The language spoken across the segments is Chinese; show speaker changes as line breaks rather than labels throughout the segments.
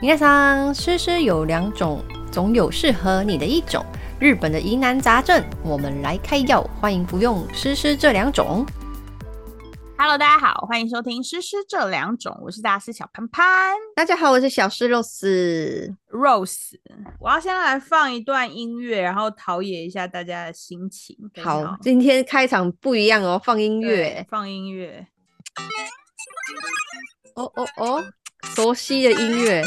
皆さん，诗诗有两种，总有适合你的一种。日本的疑难杂症，我们来开药，欢迎服用诗诗这两种。
Hello，大家好，欢迎收听《诗诗这两种》，我是大师小潘潘
大家好，我是小诗 Rose。
Rose。我要先来放一段音乐，然后陶冶一下大家的心情。等一下
好
哦，
今天开场不一样哦，放音
对
乐。
放音乐，
哦哦哦，熟悉的音乐。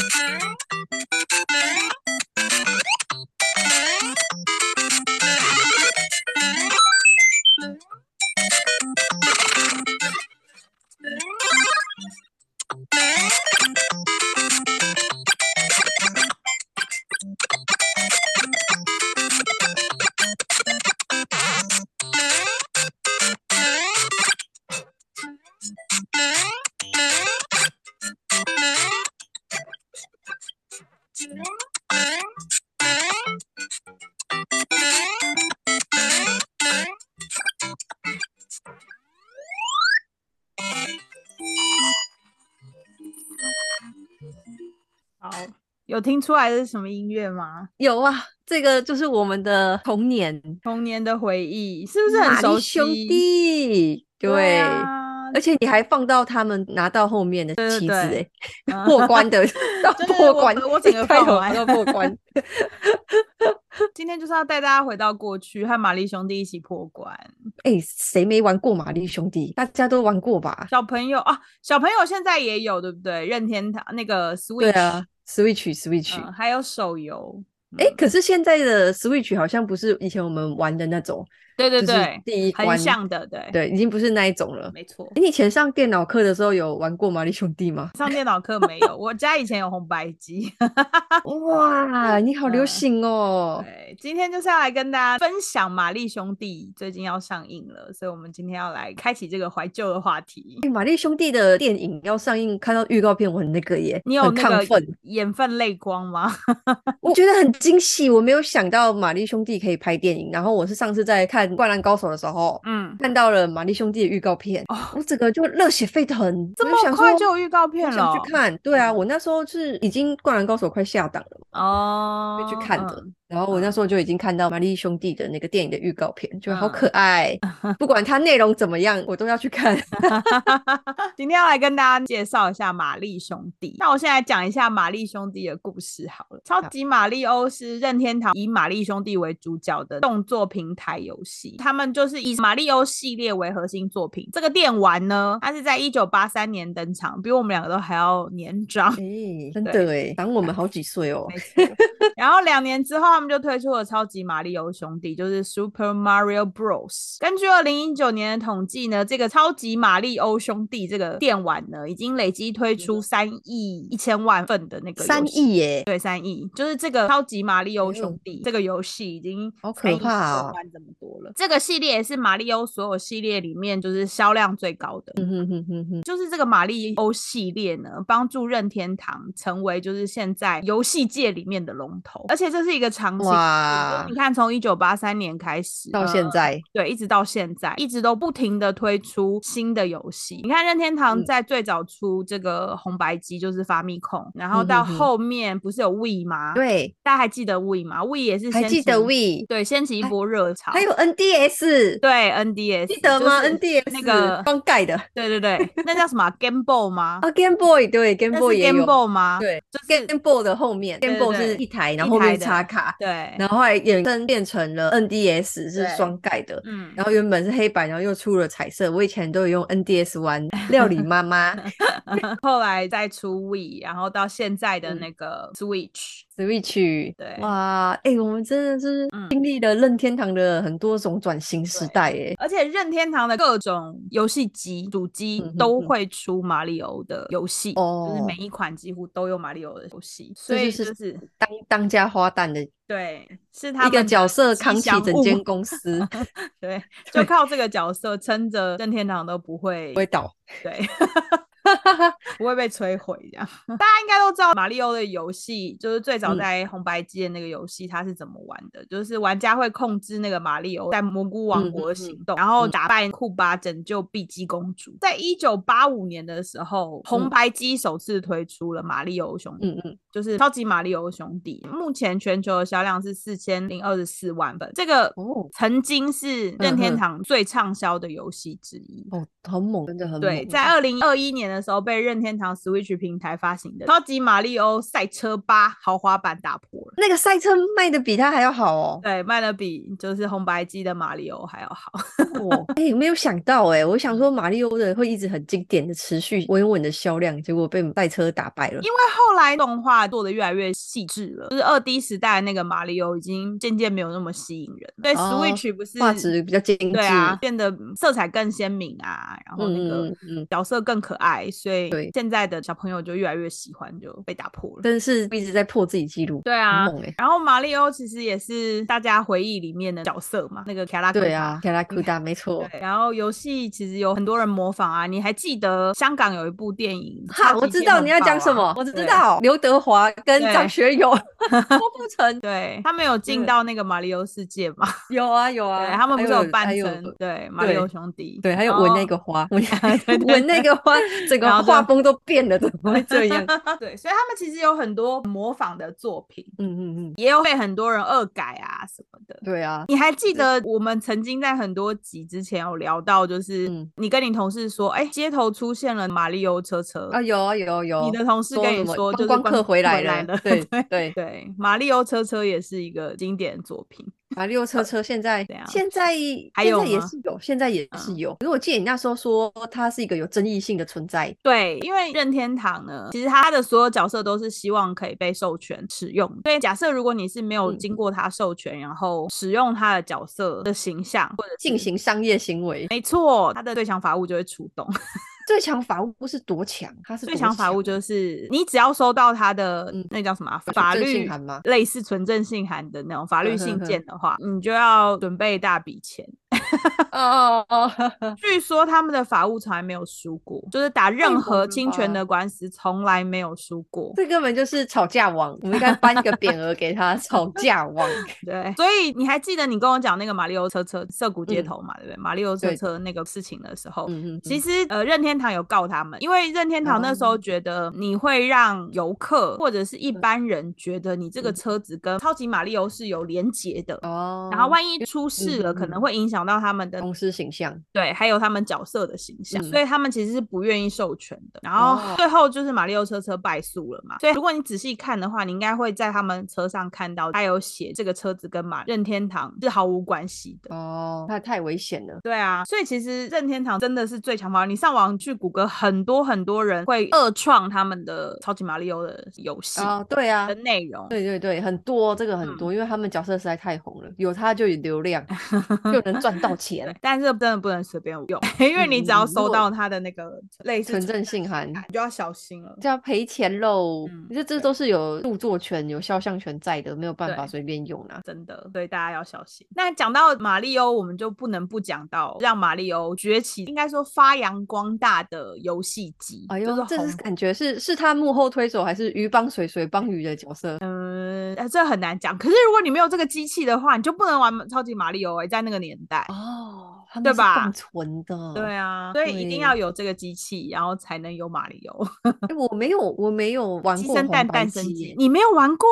好，有听出来这是什么音乐吗？
有啊，这个就是我们的童年，
童年的回忆是不
就是
很熟悉？
兄弟，对。
啊
而且你还放到他们拿到后面的
对
棋子、
对
欸，破关的到
对对
破
我
关，
我整个
开
放
头
完
到破关，
今天就是要带大家回到过去，和玛丽兄弟一起破关。
哎、谁没玩过《玛丽兄弟》？大家都玩过吧？
小朋友啊，小朋友现在也有对不对？任天堂那个
对
Switch，
啊，Switch Switch，
嗯，还有手游。
哎、
嗯
可是现在的 Switch 好像不是以前我们玩的那种，
对对
就是
对，
第一关
很，像的，对，
对，已经不是那一种了。
没错。
哎，你以前上电脑课的时候有玩过《玛丽兄弟》吗？
上电脑课没有，我家以前有红白机。
哇，你好流
嗯
行哦！
啊对，今天就是要来跟大家分享《玛丽兄弟》最近要上映了，所以我们今天要来开启这个怀旧的话题
哎。玛丽兄弟的电影要上映，看到预告片我很那个耶，
你有
很
那个
亢奋，
眼泛泪光吗？
我觉得很惊喜。我没有想到玛丽兄弟可以拍电影，然后我是上次在看《灌篮高手》的时候，
嗯，
看到了玛丽兄弟的预告片，
哦，
我整个就热血沸腾，
这
我就
么
想
哦快
说
就有预告片
我
了
想
哦？
去看，对啊，我那时候是已经《灌篮高手》快下档了嘛，
哦，
就去看的。
嗯
然后我那
嗯
时候就已经看到玛丽兄弟的那个电影的预告片，就好
嗯
可爱。 不管它内容怎么样，我都要去 看。
哎今天要来跟大家介绍一下玛丽兄弟。那我现在讲一下玛丽兄弟的故事好了。超级玛丽欧是任天堂以玛丽兄弟为主角的动作平台游戏，他们就是以玛丽欧系列为核心作品。这个电玩呢，它是在一九八三年登场，比我们两个都还要年长。
哎、真
对
的哎，长我们好几岁哦
没。错，然后两年之后，他们就推出了《超级马里欧兄弟》，就是 Super Mario Bros。根据二零一九年的统计呢，这个《超级马里欧兄弟》这个电玩呢，已经累积推出三亿一千万份的那个游
嗯
戏
三亿耶，
对三亿，就是这个《超级马里欧
哎呦
兄弟》这个游戏已经
好可
3亿
怕
千
哦
万这么多了。这个系列也是马里欧所有系列里面就是销量最高的。
嗯哼哼哼哼，
就是这个玛丽欧系列呢，帮助任天堂成为就是现在游戏界里面的龙头，而且这是一个长期的。
哇
你，看，从一九八三年开始
到现
呃
在。
对，一直到现在，一直都不停的推出新的游戏。你看任天堂
嗯
在最早出这个红白机，就是发密控，然后
嗯哼
到
哼
后面不是有 We 吗？，
对，
大家还记得 We 吗？We 也是
还
掀
记得
起
We，
对掀起一
还
波热潮。
还有 NDS，
对 NDS
记得吗、
就是
n d s
那个啊
光盖的
对对对，那叫什么啊 Game Boy 吗？
啊，Game Boy，对，Game
那
Boy
是
也
Game
有
Boy 吗？
对
就是
，Game Boy 的后面，Game
对
Boy 是
对
一台，然
一
后后
台
面
的
插卡，
对，
然后后来衍生变成了 NDS，是
对
双盖的。
嗯，
然后原本是黑白，然后又出了彩色。我以前都有用 NDS 玩料理妈妈
后来再出 We，然后到现在的
嗯
那个 Switch，
Switch，
对
哇，哎、我们真的是
嗯
经历了任天堂的很多种转型时
对
代、耶。
而且任天堂的各种游戏机、主机
嗯哼
都
哼
会出马里欧的游戏，就是
哦
每一款几乎都有马里欧的游戏，
这
所以
就是
就是
当当家花旦的
对，是他
一个
们的
角色
吉
扛起
祥
整
物
间公 司，
对，
对
就靠这个角色撑着任天堂都不会
不会倒。
对。 不会被摧毁这样。 大家应该都知道马里奥的游戏，就是最早在红白机的那个游戏，它是怎么玩的？就是玩家会控制那个马里奥在蘑菇王国的行动，然后打败库巴，拯救碧姬公主。在一九八五年的时候，红白机首次推出了马里奥兄弟，
嗯嗯，
就是超级马里奥兄弟。目前全球的销量是四千零二十四万本，这个
哦
曾经是任
嗯
天
嗯
堂最畅销的游戏之一。
哦，很猛，真的很猛。
对，在二零二一年的时候被任天堂 Switch 平台发行的《超级马里奥赛车八豪华版》打破了。
那个赛车卖的比它还要好哦。
对，卖的比就是红白机的马里奥还要好。
哦，哎、没有想到哎、我想说马里奥的会一直很经典的持续稳稳的销量，结果被赛车打败了。
因为后来动画做的越来越细致了，就是二 D 时代的那个马里奥已经渐渐没有那么吸引人。对、
哦
Switch 不是
画质比较精致，
对啊，变得色彩更鲜明啊，然后那个
嗯嗯嗯，
角色更可爱，所以
对
现在的小朋友就越来越喜欢，就被打破了。
真的是一直在破自己记录，
对
很
啊，
猛哎、
然后马里奥其实也是大家回忆里面的角色嘛，那个卡拉
对啊，。卡拉库达没错。
对，然后游戏其实有很多人模仿啊，你还记得香港有一部电影？
哈，我知道你要讲什么，我知。道刘德华跟
啊对
张学 友郭富城
啊对他们有进
对
到那个马里奥世界嘛？
有啊有啊，
对，他们不
还
是有
有
扮
还有
成对马里奥兄弟，
对，还有
然
闻
后
那个 花，闻
对对
闻那个花，整 个
然后就
画风都变了，怎么会这 样？
啊对，所以他们其实有很多模仿的作品，
嗯嗯嗯，
也有被很多人恶改啊什么的。
对啊，
你还记得我们曾经在很多集之前有聊到，就是
嗯
你跟你同事说，哎、街头出现了马里欧车车，
啊有啊有啊有，
你的同事
说
跟
什
你
么
说，就是
观光客回来
了
了，，对
对
对，
对，马里欧车车也是一个经典作品。
马六车车现在
怎样
现在
还
现在
有
也
吗嗯
是有，现在也是有。可是我记得你那时候说它是一个有争议性的存在，
对，因为任天堂呢，其实它的所有角色都是希望可以被授权使用。所以假设如果你是没有
嗯
经过它授权，然后使用它的角色的形象，或者
进行商业行为。
没错，它的最强法务就会出动。
最强法务是多强？它是
最
多
强法务就是你只要收到他的
嗯
那叫什么啊、
法
法
律信
律
函吗
类似纯正信函的那种法律
嗯哼
信
哼
件的话，你就要准备一大笔钱。呃
哦哦哦，
据说他们的法务从来没有输过，就是打任
猛
何
了
侵权
吧
的官司从来没有输过。
这根本就是吵架王，我们应该颁一个匾额给他，吵架王。
对，所以你还记得你跟我讲那个马里奥车车涩谷街
嗯
头嘛，对不对？马里奥车
对
车那个事情的时候，
嗯嗯，
其
实
实呃，任天堂有告他们，因为任天堂那时候
哦
觉得你会让游客或者是一般人觉得你这个
嗯
车子跟超级马里奥是有连结的。
哦，
然后万一出事了，可
嗯
能
嗯
会影响到他们的
公司形象，
对，还有他们角色的形象，
嗯
所以他们其实是不愿意授权的。然后
哦
最后就是马里奥车车败诉了嘛，所以如果你仔细看的话，你应该会在他们车上看到，他有写这个车子跟马任天堂是毫无关系的。
哦，他太危险了。
对啊，所以其实任天堂真的是最强方。你上网去谷歌，很多很多人会恶创他们的超级马里奥的游戏
哦，对啊
的，嗯内容。
对对对，很多这个很多，因为他们角色实在太红了，有他就有流 量，就能赚到
对
钱，，
但是真的不能随便 用，因为你只
嗯嗯
要
嗯如
收
果
到他的那个类似
纯正性函
函，你就要小心了。
这要赔钱喽
嗯。
这这
对
都是有著作权、有肖像权在的，没有办法
对
随便用啦。
真的，所以大家要小心。那讲到马里欧，我们就不能不讲到让马里欧崛起，应该说发扬光大的游戏机，
哎
就
呦，
是
这
红
是感觉是是他幕后推手，还是鱼帮水，水帮鱼的角色？
嗯、呃这很难讲。可是如果你没有这个机器的话，你就不能玩超级马里欧哎，在那个年代。
哦，他
对
们是
吧
共存的。
对啊，所以一定
嗯对
要有这个机器，然后才能有马里欧。
诶，哎我没有，我没有玩
鸡
过
生
红
蛋，
白
蛋生
机
鸡，，你没有玩过？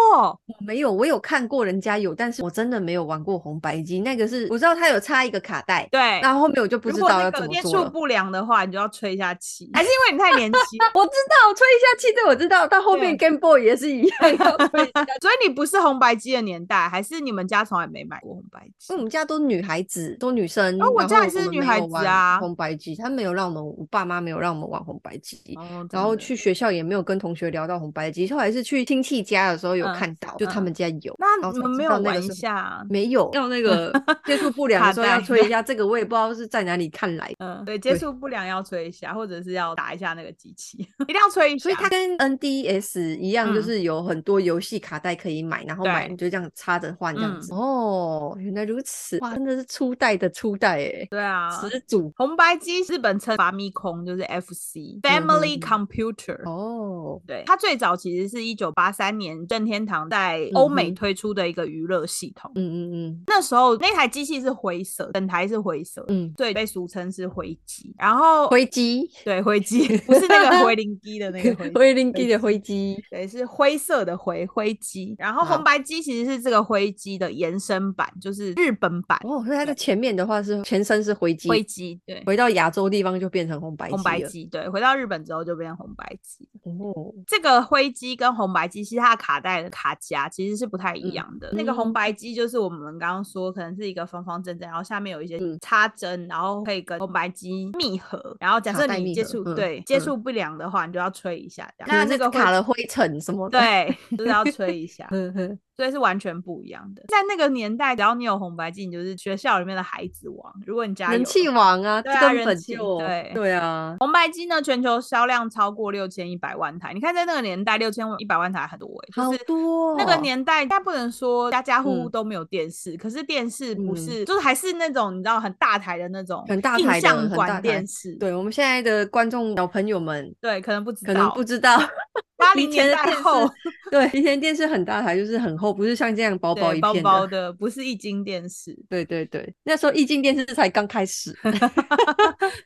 我没有，我有看过人家有，但是我真的没有玩过红白机。那个是我知道它有插一个卡带，
对，
那后面我就不
如
知
果
道
那
要怎
个
么
接
做
触
了。
不良的话，你就要吹一下气，还是因为 你太年轻，
我知道，吹一下气，这我知道。到后面 Game Boy 也是一样，要吹一下
所以你不是红白机的年代，还是你们家从来没买过红白机
因为？我们家都女孩子，都女生。
哦我
然
家也
后
是
们
女
没
孩
有
子
玩
啊
红白机，他没有让我们，我爸妈没有让我们玩红白机。
哦，
然后去。学校也没有跟同学聊到红白机，后来是去亲戚家的时候有
嗯
看到，就他
嗯
们家有，然
那
后
你
才
们
知
没
道
有
那个
玩一
是
下？
没有要那个接触 不良
卡
的时候要
带
吹一下，这个我也不知道是在哪里看来的。
嗯，对，接
对
触不良要吹一下，或者是要打一下那个机器，一定要吹一下。
所以它跟 NDS 一样，就
啊嗯
是有很多游戏卡带可以买，然后买
对
你就这样插着换这样
嗯
子。哦，原来如此，哇，真的是初代的初代哎、欸，
对啊，
始祖
红白机日本称法密空，就是 FC Family
嗯
Computer。
哦，
对，它最早其实是一九八三年任天堂在欧美
嗯哼
推出的一个娱乐系统。
嗯嗯
那时候那台机器是灰色，整台是灰色，
嗯
对，被俗称是 灰机。然后
嗯，灰机，
对灰机 不是那个回灵机的那个灰机。
灰灵机的灰机，
对，是灰色的灰灰机，然后
好
红白机其实是这个灰机的延伸版，就是日本版
哦，所以它在前面的话是前身是灰机，
灰机。对，
回到亚洲地方就变成红白
红白
了，
机对，回到日本之后就变成红白机。
哦，
这个灰机跟红白机，其实它的卡带的卡夹其实是不太一
嗯
样的。那个红
嗯
白机就是我们刚刚说，可能是一个方方正正，然后下面有一些
嗯
插针，然后可以跟红白机密合。然后假
卡
设
带
你
密
接
合
触、
嗯
对接
嗯
触不良的话，你就要吹一下这样。
可
那
能
那
是
个灰
卡了灰尘什么的，，
对，啊就是要吹一下
呵呵，
所以是完全不一样的。在那个年代，只要你有红白机，你就是学校里面的孩子王。如果你家有
人
的
气
话
王啊，
对啊
根
人
本
气
就
对
对啊，
红白机呢，全球销量超过六千一百万台。你看，在那个年代，六千一百万台很多哎、
好
就是
多
那个
哦
年代，但不能说家家户户
嗯
都没有电视，可是电视不
嗯
是，就是还是那种你知道很大台的那种，
很大
印
台的
象
很大
馆
台
电视。
对我们现在的观众小朋友们
对，可能不知道，
可能不知道，
八
以
零
前
年
的
代
电视
后，
对，以前电视很大台，就是很厚，不是像这样薄薄
对
一
包
片
包
的。
的，不是液晶电视。
对对对，那时候液晶电视才刚开始，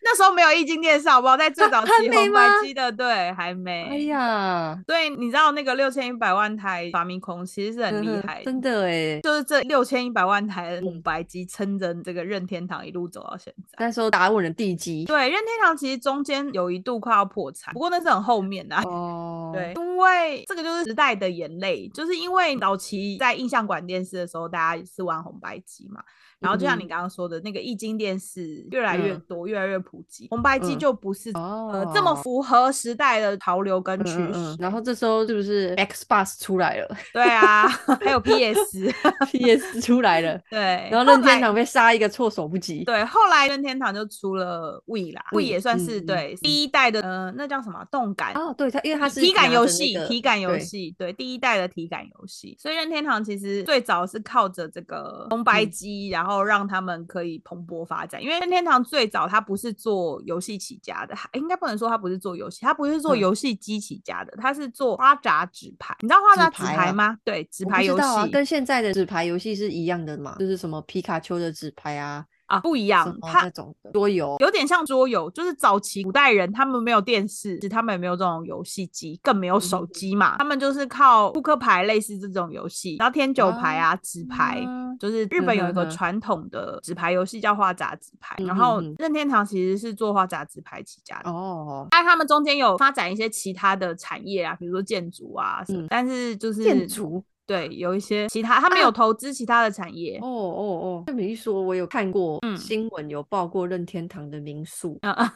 那时候没有液晶电视，好不好？在 最早
还
期
没
红白
吗
机的，对，还没。
哎呀，
所以你知道那个六千一百万台发明空其实是很厉
嗯哼
害的，
真的哎。
就是这六千一百万台的
嗯
红白机撑着这个任天堂一路走到现在。
那时候打稳了地基
对，任天堂其实中间有一度快要破产，不过那是很后面的、啊。
哦，
对，，因为这个就是时代的眼泪，就是因为早期在印象馆电视的时候，大家是玩红白机嘛，然后就像你
嗯
刚刚说的那个液晶电视越来越
嗯
多，越来越普及，红白机
嗯
就不是、呃
哦，
这么符合时代的潮流跟
嗯
趋势。
嗯嗯，然后这时候是不是 Xbox 出来了
对啊， 还有 PS，
，PS 出来了，
对，
然后任天
来
堂被杀一个措手不及。
对，后来任天堂就出了 Wii 啦、w i i
嗯
也算是、
嗯嗯
对
嗯
第一代的，呃，那叫什么动感。
哦，对它，因为它是
体感
拿着
游
那
戏，
个
体感游
对
戏，对第一代的体感游戏，所以任天堂其实最早是靠着这个红白
嗯
机，然后让他们可以蓬勃发展。因为任天堂最早它不是做游戏起家的，应该不能说它不是做游戏，它不是做
嗯
游戏机起家的，它是做花闸纸牌。你知道花
纸
闸纸
牌
牌
啊
吗？对，纸
我
牌
不知
游戏
道啊，跟现在的纸牌游戏是一样的嘛，就是什么皮卡丘的纸牌啊，
啊不一
什
样，
么
它
那种的桌游，
有点像桌游，就是早期古代人他们没有电视，他们也没有这种游戏机，更没有
嗯
手机嘛，他们就是靠扑克牌类似这种游戏，然后天九牌啊、纸牌。
哦嗯
就是日本有一个
哼哼
传统的纸牌游戏叫花杂纸牌，然
嗯哼
后
哼
任天堂其实是做花杂纸牌起家的。
哦，
但他们中间有发展一些其他的产业啊，比如说建筑啊什么，
嗯
但是就是
建筑，
对有一些其他，他们有
啊
投资其他的产业
哦。哦哦，这么一说，我有看过
嗯
新闻，有报过任天堂的民宿
啊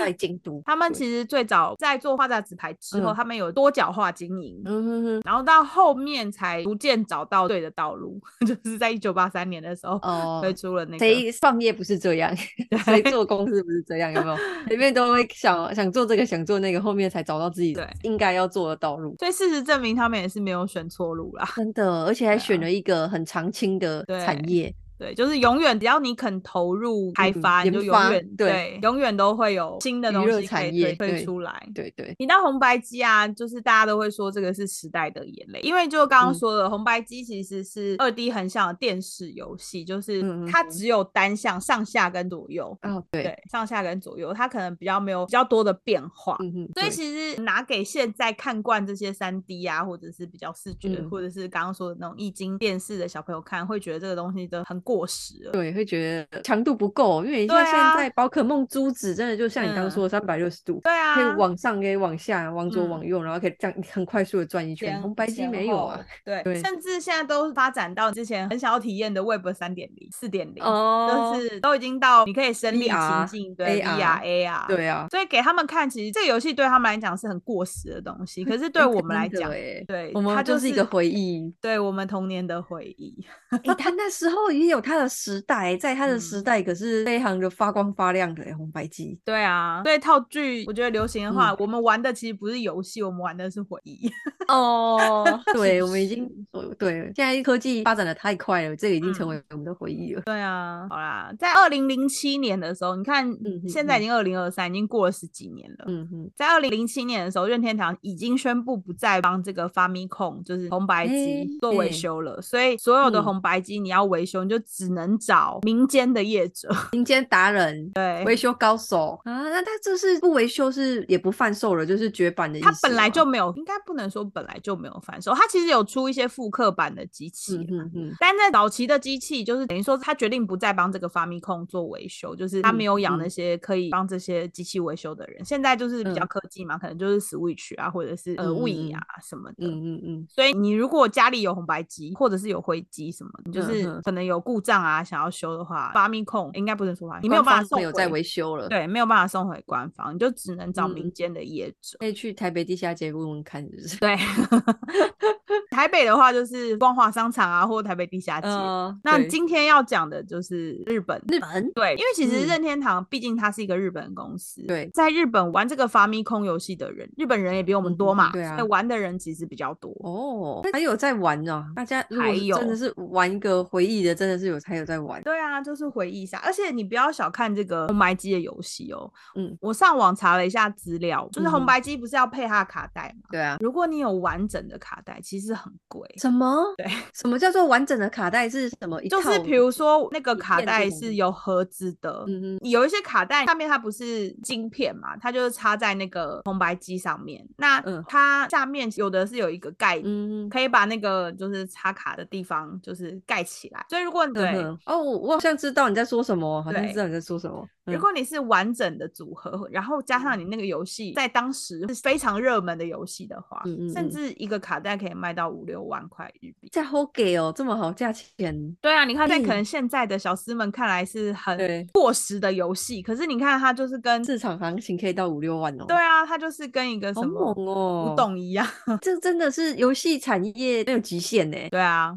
在京都，
他们
对
其实最早在做画杂纸牌之后，
嗯
他们有多角化经营，
嗯哼哼，
然后到后面才逐渐找到对的道路， 就是在一九八三年的时候推
哦。
出了那个。
谁创业不是这 样？谁做公司不是这样？有没 有？前面都会想想做这个，想做那个，后面才找到自己
对
应该要做的道路。
所以事实证明，他们也是没有选错路啦。
真的，而且还
对
选
啊
了一个很常青的产
对
业，
对，就是永远只要你肯投入开
嗯
发，你
研
就永
发
远
对
永远都会有新的
娱
东
乐
西可
产
以推
业
推
对
出来。
对对，
你到红白机啊，就是大家都会说这个是时代的眼泪，因为就刚刚
嗯
说的，红白机其实是二 D 横向的电视游戏，就是
嗯嗯
它
嗯
只有单向上下跟左右，
哦对，
对，上下跟左右，它可能比较没有比较多的变化。
嗯哼，
所以
对
其实拿给现在看惯这些三 D 啊，或者是比较视觉，
嗯
或者是刚刚说的那种液晶电视的小朋友看，会觉得这个东西真的很过时了。
对，会觉得强度不够，因为你
对
像现
啊
在宝可梦珠子真的就像你刚
嗯
刚说的三百六十度，
对
可以
啊，
往上，可以往下，往左
嗯
往右，然后可以这样很快速的转一圈。
前
红白机
前
没有啊
后？对，
对
甚至现在都发展到之前很想要体验的 Web 三点零、四点零，
哦
就，是都已经到你可以身临其
VR
境，对
AR
VR、AR，
对啊，
所以给他们看，其实这个游戏对他们来讲是很过时的东西，可是对
诶
我们来
真的
讲，
诶
对
我
它
们
就
就是一个回忆。
对我们童年的回忆。
诶，他那时候也有它的时代，在它的
嗯
时代可是非常的发光发亮的、欸、红白机。
对啊，所以套剧我觉得流行的话，
嗯
我们玩的其实不是游戏，我们玩的是回忆。
哦， 对，
是
我们已经对，现在科技发展的太快了，这个已经成
嗯
为我们的回忆了。
对啊，好啦，在二零零七年的时候，你看
嗯
现
嗯
在已经二零二三，已经过了十几年了。
嗯嗯，
在二零零七年的时候，任天堂已经宣布不再帮这个 Famicom 就是红白
诶
机做维
对
修了，所以所有的
嗯
红白机你要维修，你就只能找民间的业者。
民间达人、
对，
维修高手啊，那他这是不维修是也不贩售了，就是绝版的意思嗯
它
吗。
本来就没有，应该不能说本来就没有贩售，它其实有出一些复刻版的机器
嗯
啦。
嗯嗯，
但在早期的机器，就是等于说，他决定不再帮这个 Famicom 做维修，就是他没有养那
嗯
些可以帮这些机器维修的人。现在就是比较
嗯
科技嘛，可能就是 Switch 啊，或者是呃
嗯嗯
Wii
嗯
啊什么的。
嗯嗯嗯，
所以你如果家里有红白机，或者是有灰机什么的，你就
嗯
是
哼
可能有故障啊，想要修的话，Famicom 应该不能说吧，你没有
官
办法
方
送
没有在
回
维修了，，
对，没有办法送回官方，你就只能找民
嗯
间的业者。
可以去台北地下街问问看，是不是？
对， 台北的话就是光华商场啊，或台北地下街。
嗯，
那
对
今天要讲的就是日本，
日本
对，因为其实
嗯
任天堂毕竟它是一个日本公司，
对
在日本玩这个发咪空游戏的人，日本人也比我们
嗯
多
哼
嘛，
对
所以
啊
玩的人其实比较多。
哦，那还有在玩呢、大家如果
还
是真
有
的是玩一个回忆的，真的是有还有在玩。
对啊，就是回忆一下，而且你不要小看这个红白机的游戏哦。
嗯，
我上网查了一下资料，就是
嗯
红
哼
白机不是要配它的卡带吗？
对啊，
如果你有完整的卡带，其实很贵。
什么？
对，
什么叫做完整的卡带是什么？一
就是
套
比如说那个
一
卡
片这
带
种
是有盒子的，
嗯嗯
有一些卡带上面它不是晶片嘛，它就是插在那个红白机上面。那
嗯
它下面有的是有一个盖，
嗯，
可以把那个就是插卡的地方就是盖起来。所以如果对、
嗯哼哦，我好像知道你在说什么，好像
对
知道你在说什么。
如
嗯
果你是完整的组合，然后加上你那个游戏在当时是非常热门的游戏的话，
嗯嗯
甚
嗯
至一个卡带可以卖到五六万块日币。
在 h o g a 哦，这么好价钱，
对啊，你看，在
嗯
可能现在的小师们看来是很
对
过时的游戏，可是你看它就是跟
市场行情可以到五六万哦。
对，啊，它就是跟一个
好
什
猛
么
哦！
古，董一样。。
这真的是游戏产业没有极限呢
对啊，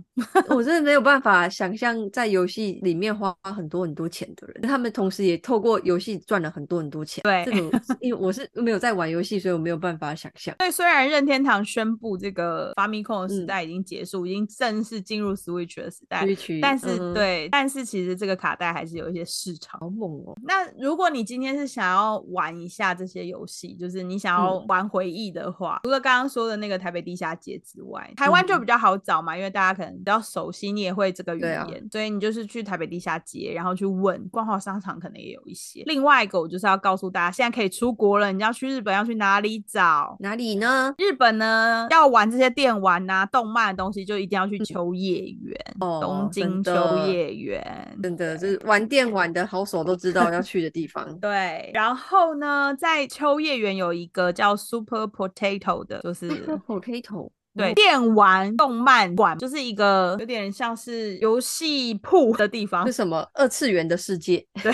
我真的没有办法想象在游戏里面花很多很多钱的人，他们同时也透过游戏赚了很多很多钱。
对
这个是因为我是没有在玩游戏，所以我没有办法想象。
所以虽然任天堂宣布这个 Famicom 的时
嗯
代已经结束，已经正式进入 Switch 的时代，
Switch，
但是、
嗯哼
对，但是其实这个卡带还是有一些市场。
好猛哦！
那如果你今天是想要玩一下这些游戏，就是你想要
嗯
玩回忆的话，除了刚刚说的那个台北地下街之外，台湾就比较好找嘛，因为大家可能比较熟悉，你也会这个语
嗯对啊
言，所以你就是去台北地下街，然后去问逛好商场，可能也有一些。另外一个，我就是要告诉大家，现在可以出国了，你要去日本要去哪里找？
哪里呢？
日本呢，要玩这些电玩啊、动漫的东西，就一定要去
嗯
秋叶原，
哦，
东京
真
秋
的
叶原，。
真的就是玩电玩的好手都知道要去的地方
对，然后呢，在秋叶原有一个叫 Super Potato 的，就是
potato，
对电玩动漫馆，就是一个有点像是游戏铺的地方
是。什么二次元的世界？
对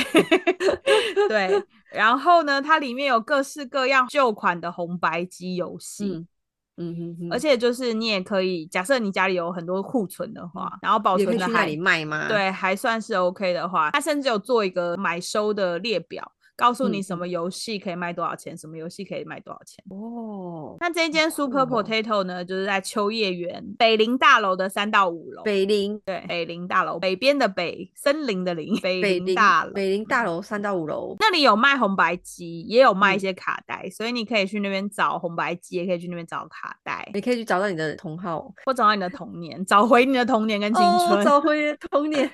对，然后呢，它里面有各式各样旧款的红白机游戏。
嗯嗯哼哼，
而且就是你也可以，假设你家里有很多库存的话，然后保
也可
存
以
的
去那
还
里卖啊吗？，
对，还算是 OK 的话，它甚至有做一个买收的列表，告诉你
嗯
什么游戏可以卖多少钱，什么游戏可以卖多少钱。
哦，
那这一间 Super
酷哦
Potato 呢，就是在秋叶原北林大楼的三到五楼，
北林
对，北林大楼北边的北，森林的林，北
北
林
林
大楼。
北林大楼三到五楼，
那里有卖红白机，也有卖一
嗯
些卡带，所以你可以去那边找红白机，也可以去那边找卡带，
你可以去找到你的同好，
或找到你的童年，找回你的童年跟青春。
哦，找回了童年。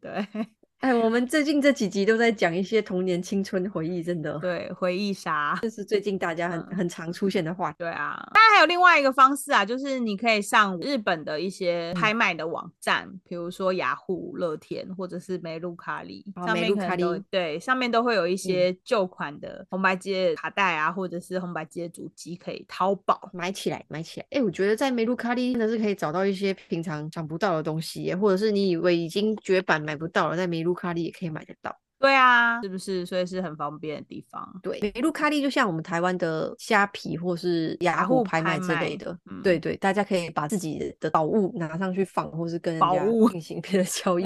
对
哎，我们最近这几集都在讲一些童年青春回忆，真的，
对，回忆杀。
这是最近大家很
嗯
很常出现的话题。
对啊，当然还有另外一个方式啊，就是你可以上日本的一些
嗯
拍卖的网站，比如说雅虎、乐天或者是梅露卡里，
啊
上
梅
面
露
可能
卡
都
里嗯
对，上面都会有一些旧款的红白机的卡带啊，或者是红白机的主机可以淘宝。
买起来，买起来！哎、我觉得在梅露卡利真的是可以找到一些平常想不到的东西耶，或者是你以为已经绝版买不到了，在梅露卡利也可以买得到。
对啊，是不是？所以是很方便的地方。
对，美露卡利就像我们台湾的虾皮或是雅虎拍卖之类的，
嗯
对对，大家可以把自己的宝物拿上去放，或是跟人
宝
家
物
进行别的交易。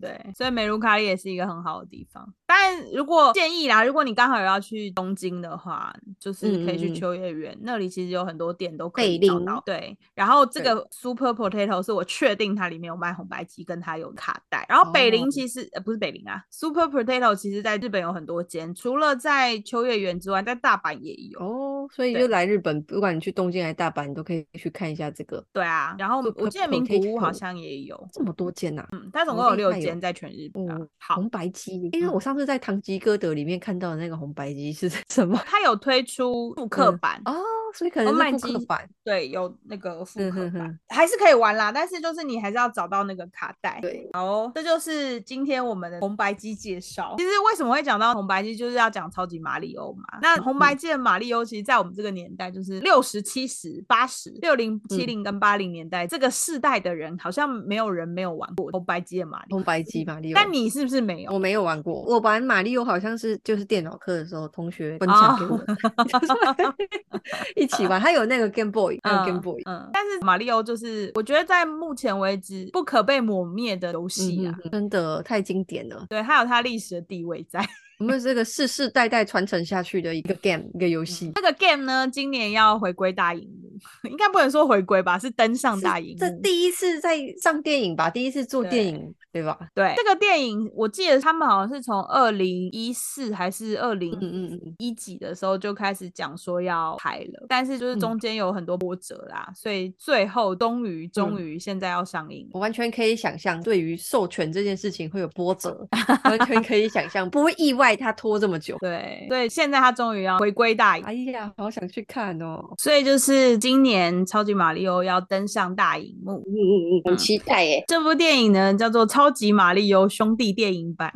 对，所以美卢卡利也是一个很好的地方。但如果建议啦，如果你刚好有要去东京的话，就是可以
嗯嗯
去
嗯
秋叶原，那里其实有很多店都可
贝
以找
林
到。对，然后这
对
个 Super Potato 是我确定它里面有卖红白机，跟它有卡带。然后北
哦
林其实、呃不是北林啊，Super Potato 其实在日本有很多间，除了在秋叶原之外，在大阪也有。
哦，所以
对
就来日本，不管你去东京还是大阪，你都可以去看一下这个。
对啊，然后我
Super
记得名古屋好
Potato
像也有，
这么多间呐、
嗯，它总
好
共有
厉
六
害哟
间在全日本、啊。
哦
好，
红白机，因为我
嗯
上次在《堂吉诃德》里面看到的那个红白机是 什么？
它有推出复刻
嗯
版。
哦，所以可能
红白
是复刻
机
版。
对，有那个复
嗯
刻
哼
版，
哼
还是可以玩啦，但是就是你还是要找到那个卡带。
对，
好，哦这就是今天我们的红白机介绍。其实为什么会讲到红白机，就是要讲超级马里欧嘛。那红
嗯
白机的马里欧，其实在我们这个年代，就是六十、七十、八十、六零、
嗯
七零跟八零年代、这个世代的人，好像没有人没有玩过红白机的马里。
红白机马里奥。
嗯但你是不是没有？
我没有玩过，我玩马里奥好像是就是电脑课的时候同学分享给我的， 一起玩。还有那个 Game Boy，还有 Game Boy，
哦嗯，但是马里欧就是我觉得在目前为止不可被抹灭的游戏啊
嗯，哼哼真的太经典了。
对，它有它历史的地位在。
我们这个世世代代传承下去的一个 game，一个
嗯
游戏。
这个 game 呢，今年要回归大荧幕，应该不能说回归吧，是登上大荧幕。
这第一次在上电影吧，第一次做电
对
影，对吧？
对这个电影，我记得他们好像是从二零一四还是二零
嗯嗯嗯嗯，
一几的时候就开始讲说要拍了，但是就是
嗯
中间有很多波折啦，所以最后终于终
嗯
于现在要上映了。
我完全可以想象，对于授权这件事情会有波折，完全可以想象，不会意外它拖这么久。
对，所以现在它终于要回归大荧幕
哎呀，好想去看哦！
所以就是今年超级马里奥要登上大荧幕。
嗯嗯嗯，
很
期待 耶。
这部电影呢叫做《超级马里奥兄弟电影版》，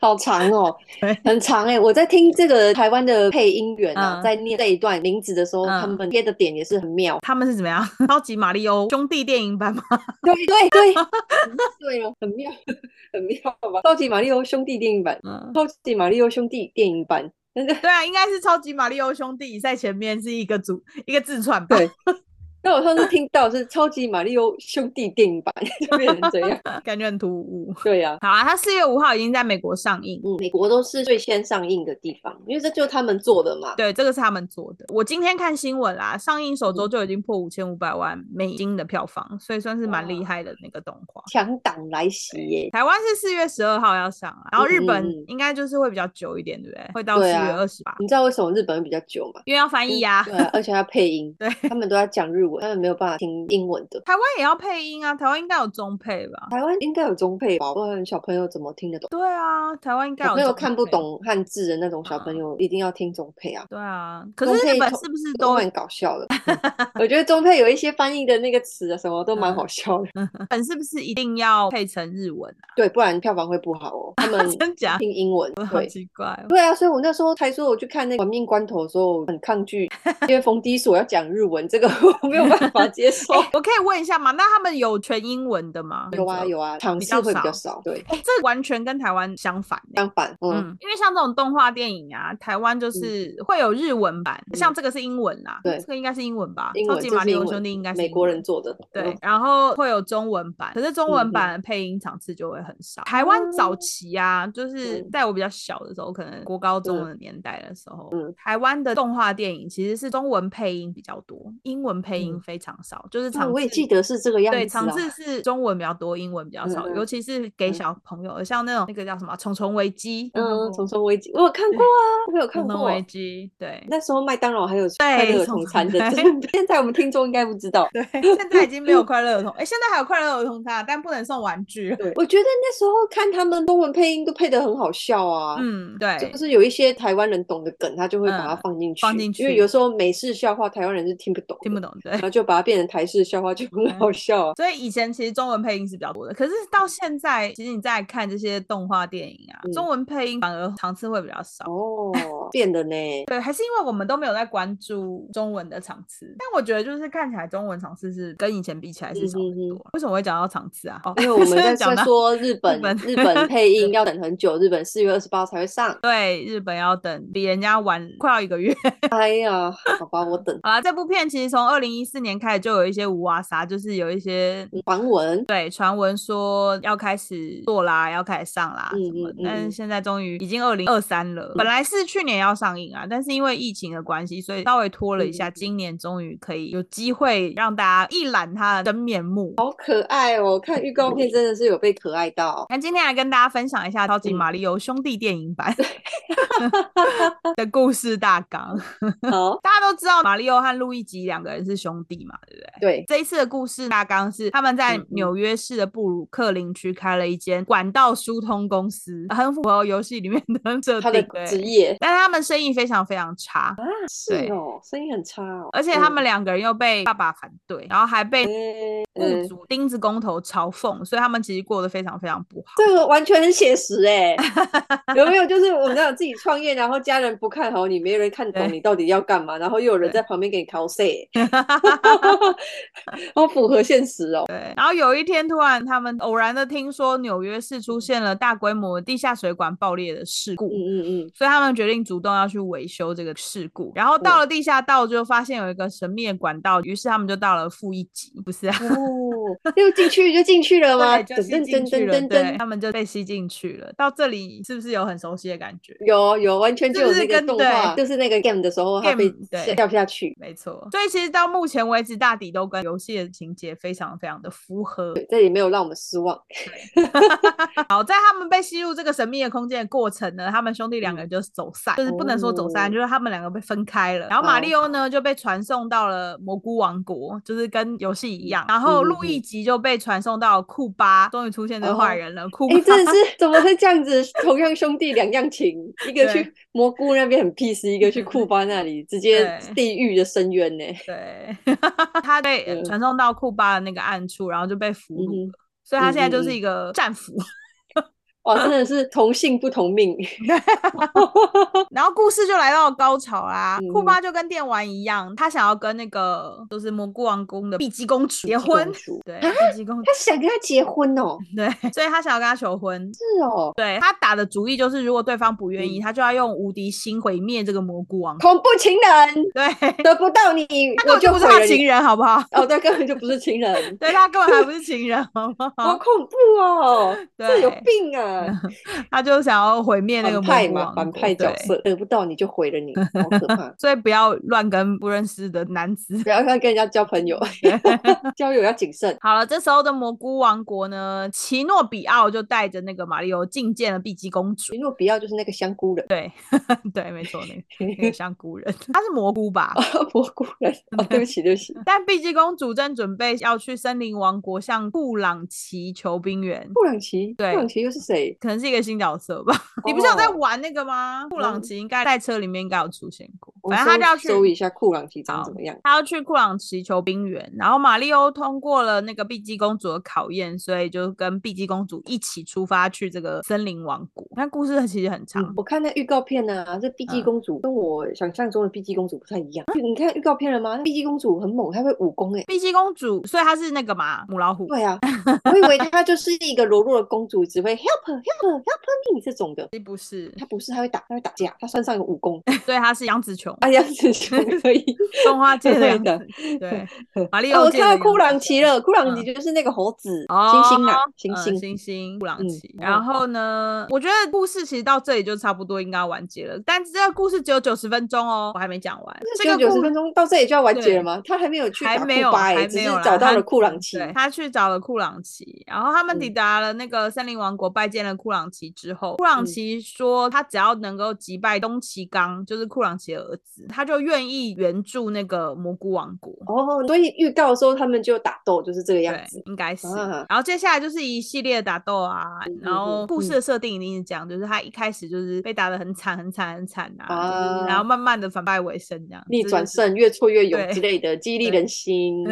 好长 哦
对，
很长哎、我在听这个台湾的配音员啊，
嗯
在念这一段名字的时候，他
嗯
们贴的点也是很妙。
他们是怎么样？ 超级马里奥兄弟电影版吗？
对对对， 对了，很妙， 很妙吧？超级马里奥兄弟电影版，
嗯，
超级马里奥兄弟电影版，真的。
对啊，应该是超级马里奥兄弟在前面是一个组一个自传吧，
对那我上次听到是超级马里奥兄弟电影版，就变成这 样。
感觉很突兀。
对呀、啊。
好啊，它四月五号已经在美国上映。
嗯，美国都是最先上映的地方，因为这就是他们做的嘛。
对，这个是他们做的。我今天看新闻啦，上映首
嗯
周就已经破五千五百万美金的票房，所以算是蛮厉
哇
害的那个动画。
强档来袭耶！
台湾是四月十二号要上啊，然后日
嗯嗯
本
嗯
应该就是会比较久一点，对不对？会到四
对
月
啊
二十八，
你知道为什么日本人比较久吗？
因为要翻译啊。
对啊，而且要配音，
对，
他们都要讲日文，他们没有办法听英文的。
台湾也要配音啊，台湾应该有中配吧？
台湾应该有中配吧？不然小朋友怎么听得懂？
对啊，台湾应该
小
有
朋友
中
看不
配。
懂汉字的那种小朋
啊
友，一定要听中配啊。
对啊，可
中
是日
配
本
同
是不是
都
都
蛮搞笑 的，嗯我觉得中配有一些翻译的那个词啊，什么都蛮
嗯
好笑的。
日本是不是一定要配成日文啊？
对，不然票房会不好哦。他们
真假？
听英文，
好
对，
奇怪哦。
对啊，所以我那时候才说我去看那个《亡命关头》的时候很抗 拒，因为冯迪所要讲日文，这个 我没有办法接受。
哎我可以问一下吗？那他们有全英文的吗？
有啊。有啊，尝
比
试
较
会比较
少
少，对，
哎，这完全跟台湾相反欸
相反，嗯，
嗯，因为像这种动画电影啊，台湾就是会有日文版，像这个是英文啦，
嗯对
这个应该是英文吧？
英
超
文
级
这
马
是
里
英
奥
文
兄弟应该是
美
英
国
文
人做的，
对
嗯，，
然后会有中文版，可是中
嗯
文
嗯
版的配音场次就会很少。台湾早
哦
期啊，就是
嗯
在我比较小的时候，可能国高中
嗯
的年代的时候，
嗯
台湾的动画电影其实是中文配音比较多，英文配音
嗯
非常少，就是
那
场
我也
次
记得是这个样
对，
子
场
啊，
次是中文比较多，英文比较少，
嗯嗯
尤其是给
嗯
小朋友，像那种那个叫什么啊《虫虫危机》，有看
嗯，
过
重重危机我有看过啊，我有
《虫
看
虫危
过。
机》，对
那时候麦当劳还有快
对
乐儿
重
童
重
餐的，
对
现在我们听众应该不知道。
对，现在已经没有快乐儿童，哎，现在还有快乐儿童餐，但不能送玩具了。
嗯对，我觉得那时候看他们中文配音都配得很好笑啊，
嗯，对，
就是有一些台湾人懂的梗，他就会把它
嗯
放进去，
放进
因为
去
有时候美式笑话台湾人是听不懂
听
的
不懂，对，嗯
然后就把它变成台式笑话，就很好笑 啊。
所以以前其实中文配音是比较多的，可是到现在，其实你在看这些动画电影啊，
嗯
中文配音反而场次会比较少。
哦，变 的呢，
对，还是因为我们都没有在关注中文的场次，但我觉得就是看起来中文场次是跟以前比起来是少
嗯哼
很
哼
多。为什么会讲到场次啊？哦，
因为 我们
是
在
讲
在
到
说日本
本
日本配 音要等很久，日本四月二十八才会上。
对日本要等比人家晚快要一个月。
哎呀，好吧，我等
好啦，这部片其实从二零一四年开始就有一些无啊啥，就是有一些
嗯黄文。
对，传闻说要开始做啦，要开始上啦
嗯
什么的
嗯嗯
但是
嗯
现在终于已经二零二三了，本来是去年要上映啊，但是因为疫情的关系，所以稍微拖了一下，
嗯嗯嗯
今年终于可以有机会让大家一览它的真面目。
好可爱哦！看预告片真的是有被可爱 到，
那今天来跟大家分享一下《超级
嗯
马里奥兄弟》电影版 的故事大纲。
好，
大家都知道马里奥和路易吉两个人是兄弟嘛，对不对？
对，
这一次的故事大纲是他们在
嗯嗯
纽约市的布鲁克林区开了一间管道疏通公司，很符合游戏里面的设
他的
定。
职
对，
业
但他们生意非常非常差，
是
对
哦，声音很差哦，
而且他们
嗯
两个人又被爸爸反对，然后还被雇
嗯，
主钉子工头嘲讽，所以他们其实过得非常非常不好。
这个完全很写实哎、有没有？就是我们那种自己创业，然后家人不看好你，没人看懂
对
你到底要干嘛，然后又有人
对
在旁边给你 cos，好符合现实哦。
对，然后有一天突然他们偶然的听说纽约市出现了大规模地下水管爆裂的事故，
嗯嗯嗯，
所以他们决定主动要去维修这个事故。然后到了地下道，就发现有一个神秘的管道，于是他们就到了负一级，不是、啊？
哦，又进去就进去了吗？
对，就吸进去了，对，他们就被吸进去了。到这里是不是有很熟悉的感觉？
有有，完全就有
就是
那个
跟
动画，
对
就是那个 game 的时候，他
Game，
被
对
掉下去，
没错，所以其实到目前为止，大抵都跟游戏的情节非常非常的符合。
这里没有让我们失望。
好，在他们被吸入这个神秘的空间的过程呢，他们兄弟两个人就走散，就是不能说走散，
哦
就是他们两个被分开了。然后马里欧呢就被传送到了蘑菇王国，就是跟游戏一样。然
嗯
后
嗯
路易吉就被传送到库巴，终于出现这个
哦
坏人了。库巴
哎，真的是怎么会这样子？同样兄弟两样情，一个
对嗯
去蘑菇那边很 peace，一个去库巴那里，直接
对
地狱的深渊呢。
对， 他被呃
嗯
传送到库巴的那个暗处，然后就被俘虏
嗯
了。所以他现在
嗯
就
嗯
是
嗯
一个战俘，
哇，真的是同姓不同命。
然后故事就来到了高潮啦。
嗯
库巴就跟电玩一样，他想要跟那个就是蘑菇王宫的碧姬公主结
碧姬
婚
公，主
对，
啊
碧姬公主
他想跟他结婚哦，
对，所以他想要跟他求婚。
是嗯哦，
对他打的主意就是，如果对方不愿意，他就要用无敌心毁灭这个蘑菇王。
恐怖情人
对，
得不到你，
他
嗯我
根
毁
本就不是他
了
的情
你。
人，好不好？，
哦，对，根本就不是情人
对他根本还不是情人，好不
好
好？
恐怖哦，这有
对
病啊！
他就想要毁灭 那个
反
蘑
派
菇
嘛，
王
反
国
派角。
对！
色得不到你就毁了你，好可怕
所以不要乱跟不认识的男子
不要乱跟人家交朋友，交友要谨慎。
好了，这时候的蘑菇王国呢，奇诺比奥就带着那个马里欧觐见了碧姬公主
云。诺比奥就是那个香菇人，
对，没错，那个那个香菇人， 他是蘑菇吧？
蘑菇人。哦，对不起，对不起，
但碧姬公主正准备要去森林王国向布朗奇求兵援，
布朗奇，布
对
朗奇又是谁？
可能是一个新角色吧。 你不是有在
哦
玩那个吗？布朗
嗯
奇应该在车里面应该有出现过，
我
反正他就要去
搜搜一下库朗奇长
好
怎么样。
他要去库朗奇求兵援，然后马里欧通过了那个碧姬公主的考验，所以就跟碧姬公主一起出发去这个森林王国。那故事其实很长，
嗯我看那预告片啊，这碧姬
嗯
公主跟我想象中的碧姬公主不太一样。 你看预告片了吗？那碧姬公主很猛，她会武功哎、
碧姬公主，所以她是那个嘛母老虎，
对 啊，我以为她就是一个柔弱的公主，只会 help help help me 这种的。
其实不是，
她不是，她会打，她会打架，她身上有武功。
所以她是杨紫琼，
哎呀，这 就可以。
动画界的
对
杨
的
紫，对，马里
啊
欧
我
界
看到
的杨
库
紫
朗
琼
奇了，库朗奇就是那个猴子，
嗯哦
星星啊，星
嗯
星。
星星布朗
嗯
奇。
嗯
然后呢，我觉得故事其实到这里就差不多应该要完结了，但是这个故事只有九十分钟哦，我还没讲完。这个
九
故
十分钟到这里就要完结
对
了吗？他还没有去
还
打
没
库
有，
巴
还
欸，
没
只是
有啦
找到
他
了库朗奇。嗯
对，他去找了库朗奇，然后他们抵达了那个森林王国，拜见变了库朗奇之后，库
嗯
朗奇说他只要能够击败东齐刚，就是库朗奇的儿子，他就愿意援助那个蘑菇王国。
哦，所以预告的时候他们就打斗，就是这个样
对
子，。
应该是。
啊嗯
然后接下来就是一系列的打斗啊，然后故事的设定一定是这样，就是他一开始就是被打得很惨、很惨、很惨啊，就是
啊
然后慢慢的反败为胜这样，
逆
这
转
就是，
胜，越挫越勇
对
之类的，激励
对
人 心。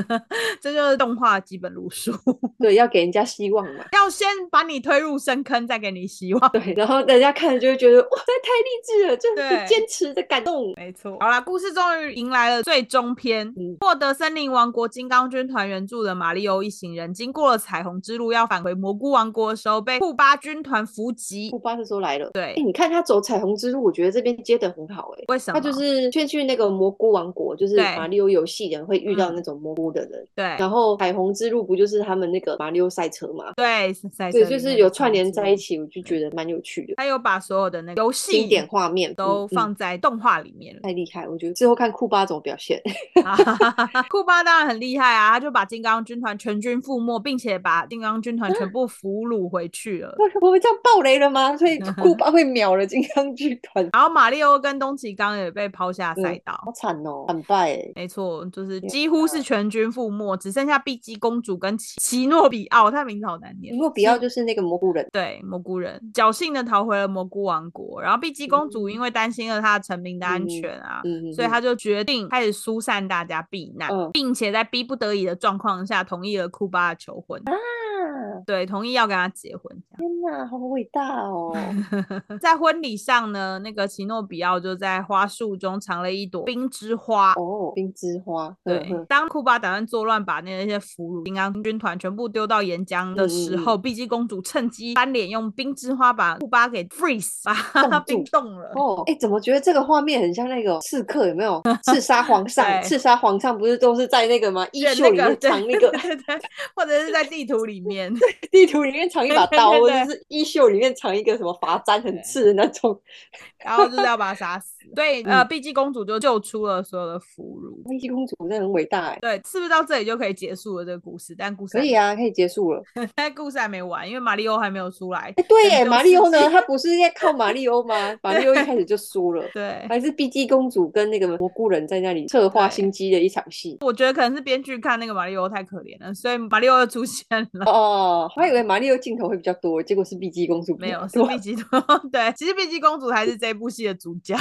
这就是动画基本路数。
对，要给人家希望嘛。
要先把你推入深坑，再给你希望。
对，然后大家看了就会觉得哇，这太励志了，这
对
是坚持的感动。
没错，好啦，故事终于迎来了最终篇。
嗯
获得森林王国金刚军团援助的马里欧一行人，经过了彩虹之路，要返回蘑菇王国的时候，被库巴军团伏击
库。巴特说来了，
对
哎、，你看他走彩虹之路，我觉得这边接的很好、哎。
为什么？
他就是先去那个蘑菇王国，就是
对
马里奥游戏人会遇到
嗯
那种蘑菇的人，
对
然后彩虹之路不就是他们那个马里奥赛车嘛？
对，赛
对，
车
就
里
是
面
有
的
串
场
联
景
在一。起，我就觉得蛮有趣的，
他有把所有的那个游戏
经典画面
都、
嗯
放在动画里面了
嗯、。太厉害，我觉得之后看库巴怎么表现。
哈哈哈哈 库巴当然很厉害啊，他就把金刚军团全军覆没，并且把金刚军团全部俘虏回去了。
我我们这样爆雷了吗？ 所以库巴会秒了金刚剧团，
然后马里奥跟东崎刚也被抛下赛道。
好惨哦，惨败、哎
没错，就是
嗯天
几乎是全军覆没，只剩下碧姬公主跟奇奇诺比奥，她名字好难念。
因为比奥就是那个蘑菇人，
对蘑菇人侥幸的逃回了蘑菇王国，然后碧姬公主因为担心了她的臣民的安
嗯
全啊，
嗯，
所以
嗯
他就决定开始疏散大家避难，
嗯
并且在逼不得已的状况下同意了库巴的求婚，
啊，
对，同意要跟他结婚。这
天哪，好伟大 哦！
样，在婚礼上呢，那个奇诺比奥就在花束中藏了一朵冰之花。
哦，冰之花，
对
呵呵，
当库巴打算作乱，把那些俘虏金刚军团全部丢到岩浆的
嗯
时候，碧姬公主趁机翻脸，用冰之花把库巴给 freeze，把他
冻
冰
住
冻了。
哦，哎、怎么觉得这个画面很像那个刺客？有没 有刺杀皇上？
对
刺杀皇上不是都是在那个吗？衣
对
袖里
那个
面
对
藏那个，
对对对，或者是在地图里面，
地图里面藏一把
对对
刀，或
对
者是衣袖里面藏一个什么罚簪，
对
很刺的那种。
然后就是要把他杀死。对，呃，
嗯
碧姬公主就救出了所有的俘虏。
危机公主真的很伟大哎、
对，是不是到这里就可以结束了这个故事？但故事
可
还
以
没，
啊，可以结束了。
但故事还没完，因为马里奥还没有出来。
哎、对
拯
哎，
救
马里
世
欧呢？
界
他不是在靠马里欧吗？马里欧一开始就输了。
对，
还是 B G 公主跟那个蘑菇人在那里策划
对
心机的一场戏
我觉得可能是编剧看那个马里奥太可怜了，所以马里奥又出现了。
哦，我还以为马里欧镜头会比较多，结果是 B G 公主比
没
较
有，是
多
碧姬 对，其实碧姬公主才是这部戏的主角。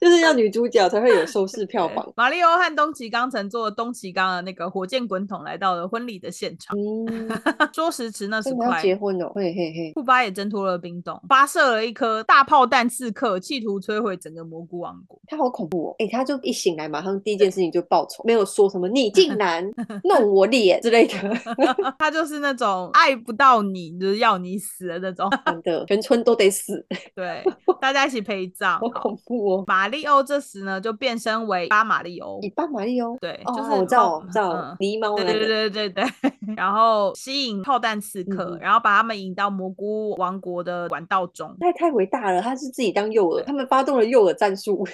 就是要女主角才会有收视票
对
房。
马里奥和东崎刚乘坐东崎刚的那个火箭滚筒来到了婚礼的现场。
嗯，
说时迟，那时
真的要
快，
结婚哦，嘿嘿嘿，
库巴也挣脱了冰冻，发射了一颗大炮弹刺客，企图摧毁整个蘑菇王国。
他好恐怖哦！哎、他就一醒来，马上第一件事情就报仇，没有说什么你竟然弄我脸之类的，
他就是那种爱不到你，就是要你死的那种。
真的，全村都得死，
对，大家一起陪葬。
好恐怖哦！
马里欧这时呢就变身为巴马里欧
你，爸马里欧，
对，
哦，
哎就是
我知道，
梦
我知道
嗯，
狸猫
对
那
对
个，
对对对，对 然后吸引炮弹刺客，
嗯嗯
然后把他们引到蘑菇王国的管道中。
那也太伟大了，他是自己当诱饵，
对
他们发动了诱饵战 术，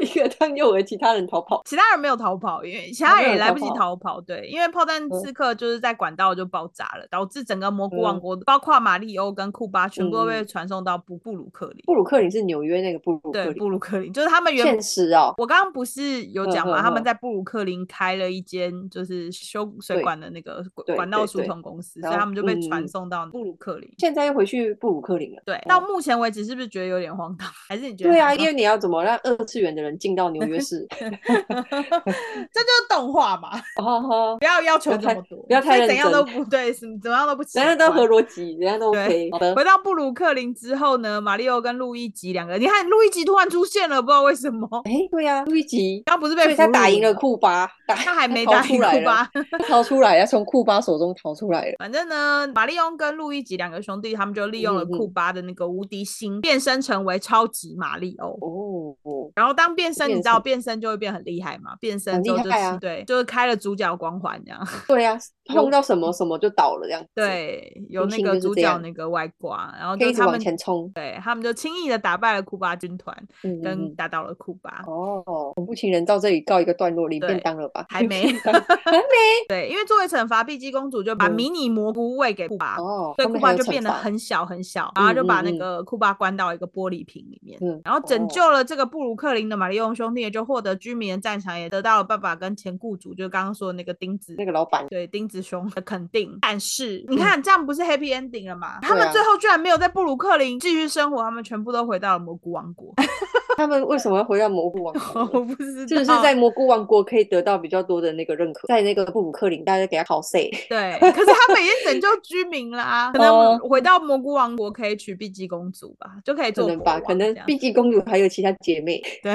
一个当诱饵，其他人逃跑。
其他人没有逃跑，因为其
哦
他
没
人
有
也
人
来
逃
不及
跑
逃跑。对，因为炮弹
嗯
刺客就是在管道就爆炸了，导致整个蘑菇王
嗯
国，包括马里欧跟库巴，全部都被
嗯
传送到布布鲁克林。
布鲁克林是纽约那个布鲁克
对，
林，
布鲁克林就是他们原
现实哦，
我刚刚不是有
嗯
讲
嗯
吗？他们
嗯
在布鲁克林开了一间就是修水
对
管的那个管
对
管道
对
疏
对
通公司，所
然
以他
后
们就被传
嗯嗯
送到布鲁克林。
现在又回去布鲁克林了。
对，到
哦
目前为止是不是觉得有点荒唐？ 还是你觉得
对
还
啊，
好
因为你要怎么让二次元的人进到纽约市？
这就是动画嘛，
哦吼，
不要要求
要
这
太
么多，
不要太
所以
认
怎样都
真
不对，是怎样都不奇
人家都
怪
合逻辑，人家都 OK。
对
好的，
回到布鲁克林之后呢，马里奥跟路易吉两个，你看路易吉突然出现了，不知道为什么，
哎，对呀，路易吉，
刚不是被
所以他
俘
打
虏
赢了，库巴，打
他还没
逃
打
出
赢
来了
库巴。
他逃出来，他从库巴手中逃出来了。
反正呢，马里奥跟路易吉两个兄弟，他们就利用了
嗯嗯
库巴的那个无敌星，变身成为超级马里奥。
哦，
然后当变身，你
变
知道
身
变身就会变很厉害嘛？变身
很
之后
厉
就
害
是
啊
对，就是开了主角光环这样。
对呀，啊碰到什么什么就倒了这样子。，
对，有
明
那
星
个
就是
主
这
角
样
那个外挂，然后
可以
就
一直
他
往
们
前冲。
对他们就轻易的打败了库巴军团，
嗯，嗯
跟
嗯
打倒了库巴。
哦，恐怖情人到这里告一个段落，领
对
便当了吧？
还没
还没。
对，因为作为惩罚，碧姬公主就把
嗯
迷你蘑菇喂给库巴，
哦，他
所以库
们还
巴
有
就
惩
变得
罚
很小很小，然后就把
嗯
那
嗯
个库巴关到一个玻璃瓶里面。
嗯
然后拯
哦
救了这个布鲁克林的马里翁兄弟，也就获得居民的战场，也得到了爸爸跟前雇主，就是刚刚说的那个钉子
那个老板。
对钉子兄的肯定，但是你看，这样不是 happy ending 了吗？
嗯
他
对
们
啊
最后居然没有在布鲁克林继续生活，他们全部都回到了蘑菇王 国。
他们为什么要回到蘑菇王国
我
呢？
不知道，
就是在蘑菇王国可以得到比较多的那个认可，在那个布鲁克林，大家给他 cos，
对，可是他们已经拯救居民了啊，可能
哦
回到蘑菇王国可以娶碧姬公主吧，就可以
可
做
能
国
吧，
王
可能
这样
碧姬公主还有其他姐妹，
对，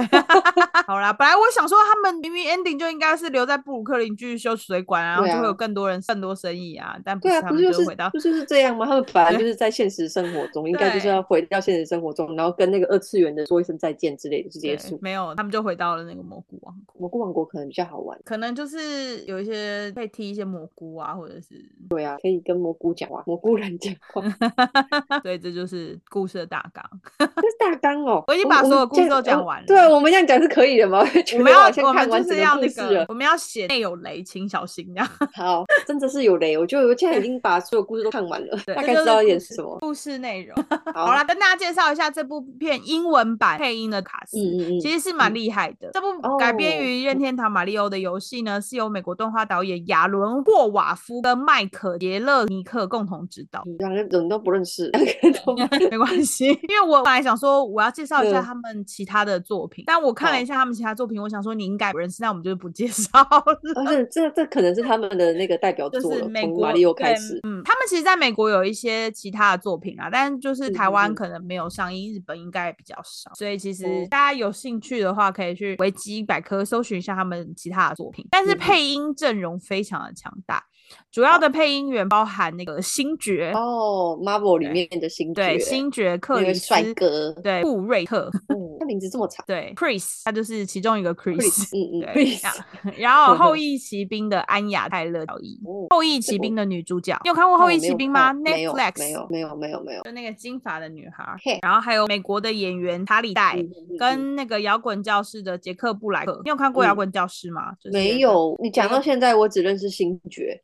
好啦，本来我想说他们明明 ending 就应该是留在布鲁克林继续修水管啊，然后
对
就会有
啊
更多人更多生意啊，但不
对
是
啊，
他
不
们
是就
就是回到
不就是这样吗？他们本来就是在现实生活中，应该就是
对
要回到现实生活中，然后跟那个二次元的说一声再见之类的就结
对
束。
没有，他们就回到了那个蘑菇王国。
蘑菇王国可能比较好玩，
可能就是有一些被踢一些蘑菇啊，或者是
对啊，可以跟蘑菇讲话， 蘑菇人讲 话，啊
对，这就是故事的大纲。
这是大纲哦。
我已经把
们
所有故
这
事
样
都讲
我
完了
对啊，我们这样讲是可以的吗？ 觉
我
得
们
好
要
像
我们
看完
就
整
是
个
要
故
那
事
个
了，
我们要写内有雷，请小心啊这样。
好，真的是有雷，我觉得我现在已经把所有故事都看完了，
对
大
这
概
就
知道
是
演
故事
什么。
故事内容。
好
好啦，跟大家介绍一下这部片英文版配音的卡斯。
嗯嗯嗯，
其实是蛮
嗯
厉害的。这部改编
哦
于任天堂《马里欧》的游戏呢，是由美国动画导演亚伦·霍瓦夫跟迈克·杰勒尼克共同执 导。
两个人都不认 识，两个都
没关系，因为我本来想说我要介绍一下
嗯
他们其他的作品，但我看了
好
一下他们其他作品，我想说你应该不认识，那我们就不介绍了。
而且啊这这可能是他们的那个代表
就
作
是
了，
美
从
国
马里奥开
对
始。
嗯，他们其实在美国有一些其他的作品啊，但就是
嗯
台
嗯
湾
嗯
可能没有上映，日本应该也比较少，所以其实
哦
大家有兴趣的话，可以去维基百科搜寻一下他们其他的作品。但是
嗯嗯
配音阵容非常的强大，主要的配音员包含那个星爵，
哦，Marvel 里
对
面的星
对，
爵
星爵克
那
里
位
斯，
帅哥，
对，布瑞特，
嗯，他名字这么长
对，Chris，他就是其中一个 Chris。
，Chris，嗯嗯
对，
，Chris，
然然 后《后羿骑兵》的安雅泰勒导演，
哦
《后羿骑兵》的女主角，你有看过《后
哦
羿
没
骑
有
兵》吗
看没有，
？Netflix
没有，没有，没有，没有。
就那个金发的女孩
嘿，
然后还有美国的演员查理戴
嗯嗯嗯嗯
跟那个摇滚教室的杰克布莱克，你有看过摇
嗯
滚教室吗？就是
没
那个，
有，你讲
个
到现在，我只认识星爵，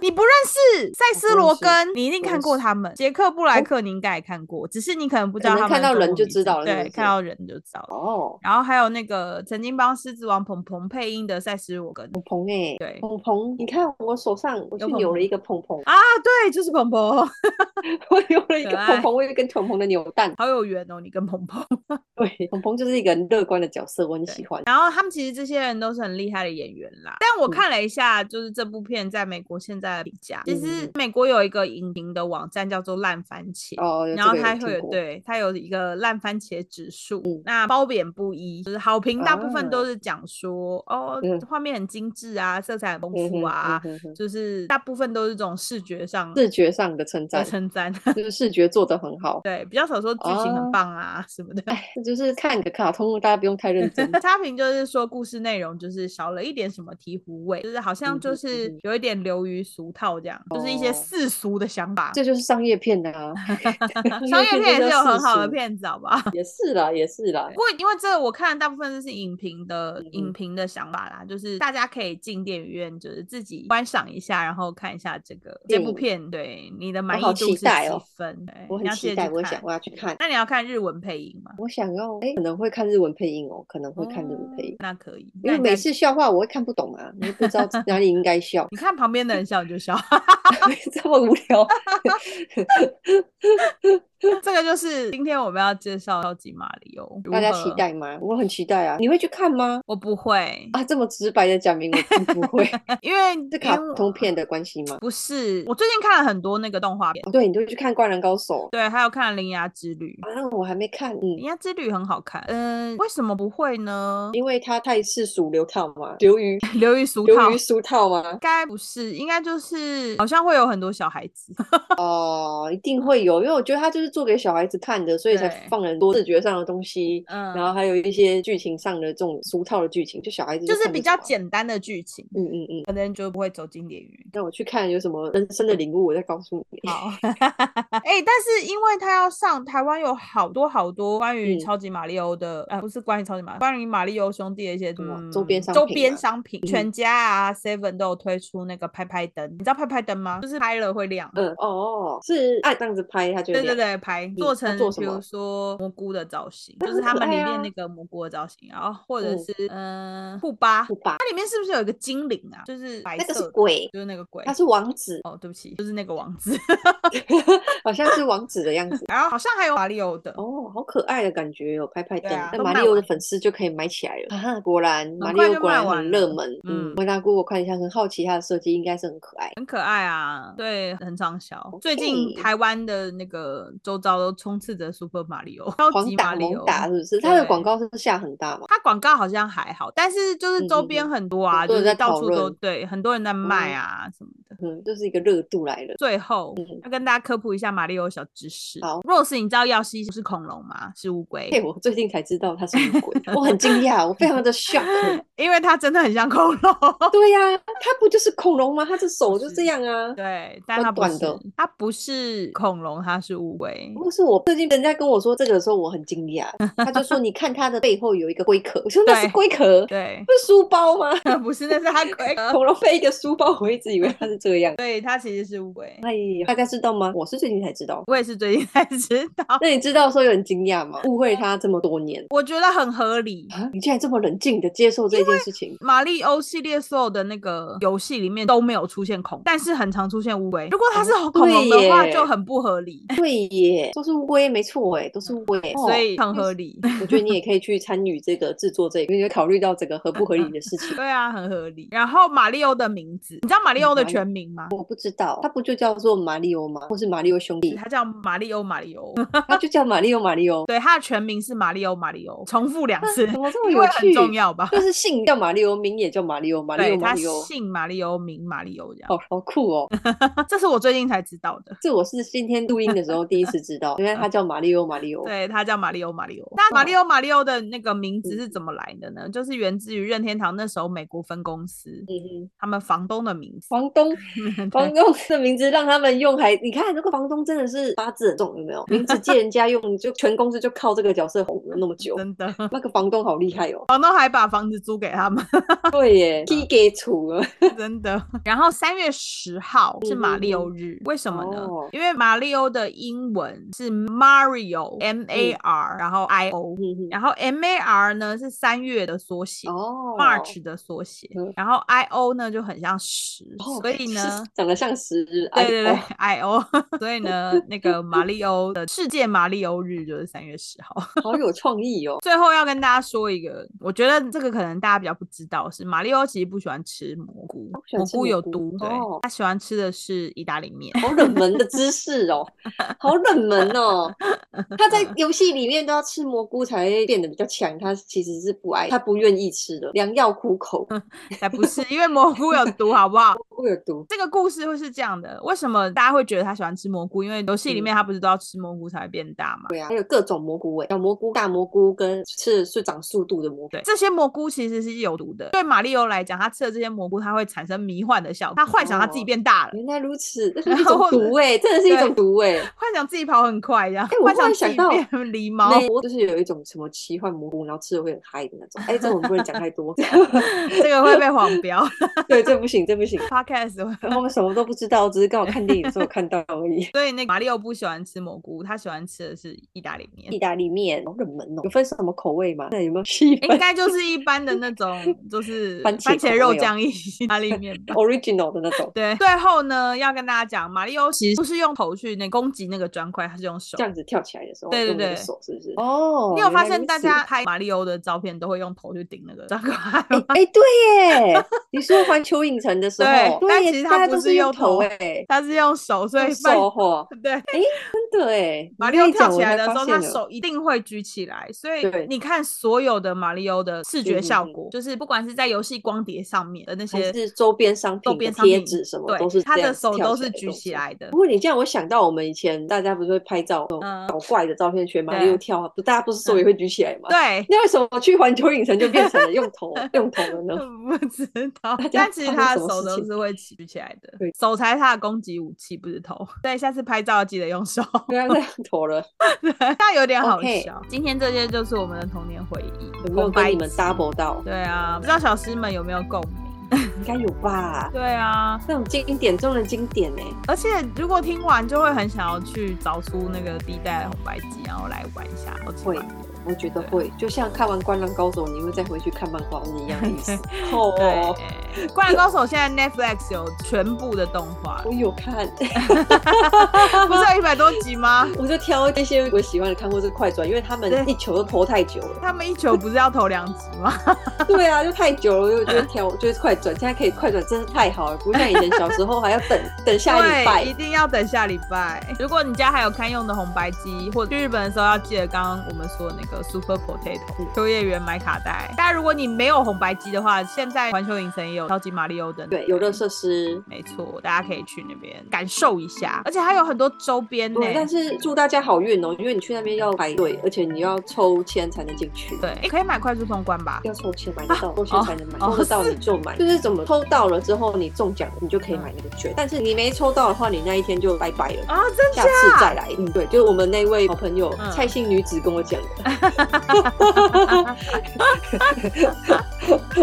你不认识塞斯
不认
罗
识
根，你一定
不
看
认
过
识
他们。杰克布莱
哦
克你应该也看过，只是你可能不知
可
道
能
他们
看到
中
人
文
就
名
知
字
道了是
对，
不
看
是
到人就知道了。
哦，
然后还有那个曾经帮《狮子王》鹏鹏配音的塞斯罗根，
鹏哎，
对
鹏鹏，你看我手上，我去
有鹏
扭了
鹏
一个鹏鹏，
啊，对，就是鹏鹏，
我扭了一
可
个
爱
鹏鹏，我有一根鹏鹏的扭蛋，
好有缘哦，你跟鹏鹏。
对，鹏鹏就是一个很乐观的角色，我很喜欢。
然后他们其实这些人都是很厉害的演员啦，但我
嗯
看了一下，就是这部片在美国现在的评价，其实
嗯
美国有一个影评的网站叫做烂番茄。
哦，有
然
这
后
个有
它
听
会有
过，
对它有一个烂番茄指数，
嗯
那褒贬不一，就是好评大部分都
啊
是讲说、
嗯
哦，画面很精致啊，色彩很丰
嗯
富
哼
啊，，
嗯哼
就是大部分都是这种视觉上
哼视觉上的称
的
赞，
称赞，
就是视觉做得很好。
对，比较少说剧情
哦
很棒啊、什么的。。
这就是看个卡通，大家不用太认真
差评就是说故事内容就是少了一点什么醍醐味，就是好像
嗯
就
哼嗯
是
哼
有一点流于俗套这样，就是一些
哦
世俗的想法。，
这就是商业片啊
商业
业
片也
就是
有
叫
很
世
好的
俗，
片子，好 不好？
也是啦，也是啦
不。过因为这个我看大部分都是影评的
嗯
影评的想法啦，就是大家可以进电影院，就是自己观赏一下，然后看一下这个这
电
部
影
片，对你的满意
好
度
期
是
待
几
哦
分？对
我
你
很
要记
期
得
待，
去
我
看
想我要去看。
那你要看日文配音吗？
我想要，哎，可能会看日文配音哦，可能会看日文配
哦
音，
那可以，
因
那
为
你
每
再
次笑话我会看不懂啊，我就不知道哪里应该笑，
你看旁边的人笑你就笑。
这么无聊。
这个就是今天我们要介绍超级马里奥，
大家
如何
期。待吗？我很期待啊！你会去看吗？
我不会，
啊，这么直白的讲明我并不会，
因为
是卡
因为
通片的关系吗？
不是。我最近看了很多那个动画片，
哦，对，你就去看《灌篮高手》
对，还有看《铃芽之旅》，《
啊，那我还没看，
铃
嗯，
芽之旅》很好看。嗯，为什么不会呢？
因为它太世俗流套嘛，流于
流于俗套
流于。俗套嘛
应，该 不是，应该就是好像会有很多小孩子，
哦，一定会有，因为我觉得它就是做给小孩子看的，所以才
对
放了很多视觉上的东西，
嗯，
然后还有一些剧情上的这种俗套的剧情，就小孩子
就是
看
比
不
较
懂啊。
简单的剧情，
嗯嗯嗯，
可能就不会走经典语
那我去看有什么人生的领悟，我再告诉 你。
好， 哎、但是因为他要上台湾，有好多好多关于
嗯
超级马里欧的，呃，不是关于超级马里欧，关于马里欧兄弟的一些什么、
嗯周边商
周
品
边
啊
商品，全家啊，Seven 都有推出那个拍拍灯，你知道拍拍灯吗？就是拍了会亮。
嗯哦，是按这样子拍，他就
对
会
对
亮
对，拍做
要
成
做什
比如
么
说蘑菇的造 型，
那
就是
很
他
可
们里
爱
面
啊
那个蘑菇的造型，然后或者
嗯
是嗯布巴，
不吧？
它里面是不是有一个精灵啊？就是白
那个
色
是
的，
鬼，
就是那个鬼
他。是王子，
哦，对不起，就是那个王子，
好像是王子的样子。
然后好像还有马里欧的，
哦，好可爱的感觉哦，拍拍
对
灯。
啊
那
都
马
卖
里欧的
完
粉丝就可以买起来了。啊，果然马里
嗯快
欧
就
果
卖
然
完
很热
了
门。
嗯
嗯，我拿过我看一下，很好奇它的设计，应该是很可爱。
很可爱啊，对，很畅销。最近
OK
台湾的那个周遭都充斥着 Super Mario、超
狂
级马
打
里
猛
欧。
打是不是？它的广
对
告是下很大嘛？
它广告好像还好，但是就是周
嗯嗯
边
嗯
很多啊，
很多
就
人
是
在
到
讨
处都
论
对，很多人在卖啊什么的。
嗯，就是一个热度来了。
最后
嗯
要跟大家科普一下马里欧小知识。
好
，Rose，你知道耀西是恐龙吗？是乌龟，
嘿，我最近才知道它是女鬼，我很惊讶，我非常的 shock。
因为它真的很像恐龙。
对呀、它不就是恐龙吗？它的手就是这样啊。
对，但
短
它不
短
是
的，
它不是恐龙，它是乌龟
不。过是我最近人家跟我说这个的时候，我很惊 讶。他就说：“你看它的背后有一个龟壳。”我说：“那是
对
龟壳，
对，
不是书包吗？”
不是，那是它龟壳。
恐龙背一个书包，我一直以为它是这样。
对，它其实是乌龟。
哎呀，大家知道吗？我是最近才知道。
我也是最近 才知道，
那你知道的时候有很惊讶吗？误会他这么多年
我觉得很合理。
啊！你竟然这么冷静的接受这件事情，
马里欧系列所有的那个游戏里面都没有出现恐，但是很常出现乌龟。如果它是
哦
恐龙的话，
对耶
就很不合理，
对耶，都是乌龟，没错哎，都是乌龟，
所以
哦
很合理。
我觉得你也可以去参与这个制作这个，因为考虑到整个合不合理的事情。
对啊，很合理。然后马里欧的名字，你知道马里欧的
嗯马里
全名吗？
我不知
嗯
道，它不就叫做马里欧吗？或是马里欧兄弟？
它叫马里欧马里欧，
它就叫马里欧马里 欧。
对，它的全名是马里欧马里欧，重复两次，
怎么这么
因
有
为很
趣？
重要吧？
就是姓叫马里欧，名也叫马里欧，马里
对，
欧马
他
里欧，
姓马里欧，名马里欧这样。啊
好好酷哦！
这是我最近才知道的。
这我是今天录音的时候第一次知道，原来它叫马里欧马里欧。
嗯对，它叫马里欧马里嗯欧。那马里欧马里欧的那个名字是怎么来的呢？就是源自于任天堂那时候美国分公司
嗯哼，
他们房东的名字。
房东，
对
房东的名字让他们用还，你看这个房东真的是八字很重，有没有？名字借人家用，就全公司就靠这个角色红了那么久。
真的，
那个房东好厉害哦！
房东还把房子租给他 们，
对
嗯
耶，踢给除了。
真的。然后三月十号是马里欧日，为什么呢？
哦
因为马里欧的英文是 Mario M A R，、然后 I O，
嗯
然后 M A R 呢是三月的缩写、
哼哦
m a r c h 的缩写
嗯，
然后 I O 呢就很像十、
哦
所以呢，
是长得像石，
对
哎哦
对对，I O，所以 呢，那个马里欧的世界马里欧日就是三月十号。
好有创意哦。
最后要跟大家说一个，我觉得这个可能大家比较不知道，是马里欧其实不喜欢吃蘑菇，
不喜欢吃
菇
蘑
有
菇
毒，对，
哦
他喜欢吃的是意大利面。
好冷门的知识哦，好冷门哦。他在游戏里面都要吃蘑菇才会变得比较强，他其实是不爱，他不愿意吃的，良药苦口，
才不是，因为蘑菇有毒，好不好？
会有毒。
这个故事会是这样的，为什么大家会觉得他喜欢吃蘑菇？因为游戏里
嗯
面他不是都要吃蘑菇才会变大吗？
对啊，还有各种蘑菇味，小蘑菇、大蘑菇跟吃的是长速度的蘑菇
对，。这些蘑菇其实是有毒的。对马里欧来讲，他吃了这些蘑菇，它会产生迷幻的效果，他幻想他自己
哦
变大了。
原来如此，这是一
然
种
后
毒味，真的是一种毒味。
幻想自己跑很快这样，
哎我
幻
忽然
想
想
自己
到
变狸猫，
美国就是有一种什么奇幻蘑菇，然后吃了会很嗨的那种。哎，这我们不能讲太 多，
这个会被黄 标。
对，这不行，这不行。
Podcast 会
我们什么都不知道，只是刚好看电影的时候看到而 已。
所以那个马里奥不喜欢吃蘑菇，他喜欢吃的是意大利面
意，大利面好冷门哦，有分什么口味吗？那有没有细
应
分
该就是一般的那种，就是
番茄
番
口
茄
味
肉
哦
酱意大利面 吧。
original 的那种？
对，最后呢，要跟大家讲，马里奥其实不是用头去那攻击那个砖块，他是用手
这。样子跳起来的时候，
对对
用你的
对
手是不是？哦，
你有
原
发
来
现
如
大
此
家？拍马里奥的照片都会用头去顶那个砖 块
哎
吗？
哎，对耶！你说环球影城的时
对
候，
但
对
其
耶，
实它
大家
不
都
是
是
用头
头哎，
他是用手，所以
用
半
手吼，
对，
真的哎，
马
你
里
这
奥
一
跳
讲
起
我
来
才
的时
发
候，他
现了
手一定会举起来，所以
对
你看所有的马里奥的视觉
嗯
效
嗯嗯
果，就是不管是在游戏光碟上面的那
还
些
是周边商品
周
的
边商
贴
品
纸什么，都
对，
是
他
这
的
样子
手
跳
都
起
是
来的
举
动
起
作
来的
不。过你这样，我想到我们以前大家不不是会拍照那种
嗯
搞怪的照片，学马里
对嗯
奥跳啊，不，大家不是手也会举起来吗？
对，
那为什么去环球影城就变成了用头用头了 呢？
不知道
嗯 大，家
但其实
发生什
他的
么
手
事
都
情
是会举起来的
对，
手才是他的攻击武器，不是头。对，下次拍照记得用手，
不要再用啊头了，
那有点好
OK
笑。今天这些就是我们的童年回忆，
有没有
空白
跟你们
期
double 到？
对啊，不知道小师们有没有共鸣？
应该有吧？
对啊，
那种经典中的经典呢、
而且如果听完就会很想要去找出那个第一代的红白机，然后来玩一下。好奇怪
会我觉得会，就像看完《灌篮高手》，你会再回去看漫画是一样的意思。哦，
对，《灌篮高手》现在 Netflix 有全部的动 画，
我有看，
不是有一百多集吗？
我就挑一些我喜欢的看或是快转，因为他们
对
一球都投太久了。
他们一球不是要投两集吗？
对啊，就太久了，我就就 挑就是快转。现在可以快转，真是太好了，不像以前小时候还要等等 下礼
对，一
拜。
定要等下礼拜。如果你家还有堪用的红白机，或者去日本的时候要记得刚刚我们说的那个 Super
嗯
Potato 秋叶原买卡带。但如果你没有红白机的话，现在环球影城也有超级马里奥的那个
对，游乐设施。
没错，大家可以去那边感受一下，而且还有很多周边呢、
对，但是祝大家好运哦，因为你去那边要排队，而且你要抽签才能进去。
对，诶可以买快速通关吧？
要抽签买得到，抽签才能买，
哦嗯
抽得到你就买。 就是怎么抽到了之后，你中奖了你就可以买那个券，但是你没抽到的话，你那一天就拜拜了。
啊，真
下
假？
次再来，嗯，对，就是我们那位好朋友、
嗯
蔡姓女子跟我讲 的，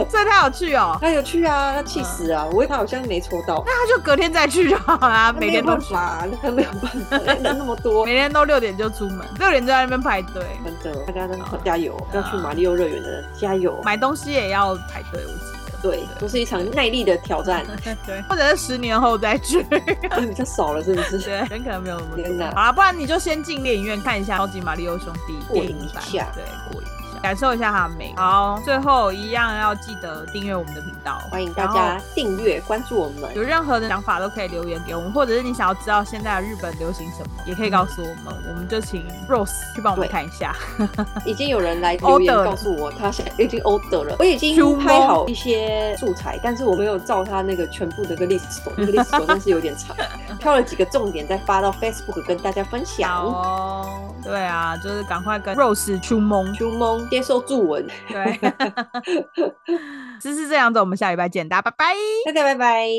这太有趣哦！
她有去啊，她气死啊，我以为她好像没抽到，
那就隔天再去就好啦，
她没
每
有
天都
办
去，
法啊，她没有办 法，人那么多
每，天都六点就出门，六点就在那边排队，
真的，大家真的
哦
好加油，要
嗯
去马里奥乐园的人加油，
买东西也要排队，我记得。
对，这是一场耐力的挑 战，
对，或者是十年后再去，
啊比较少了是不 是？
对，人可能没有那么
天
多。
哪
好了，不然你就先进电影院看一下《超级马里奥兄弟》
过
电
瘾
影
一
版，
下
对，过瘾一下，感受一下它的美。好，最后一样要记得订阅我们的频道，
欢迎大
然后
家订阅关注我们，
有任何的想法都可以留言给我们，或者是你想要知道现在的日本流行什么，也可以告诉我们，我们就请 Rose 去帮我们
对
看一下。
已经有人来留
Order
言
了
告诉我，他现在已经 order 了，我已经
出猫
拍好一些素材，但是我没有照他那个全部的那个 list 走，那个 list 走 真是有点长，挑了几个重点再发到 Facebook 跟大家分
好
享。
哦，对啊，就是赶快跟 Rose 出蒙。
秋梦接受注文，
对， 只是这样子，我们下礼拜见，大家拜拜。
大家拜拜。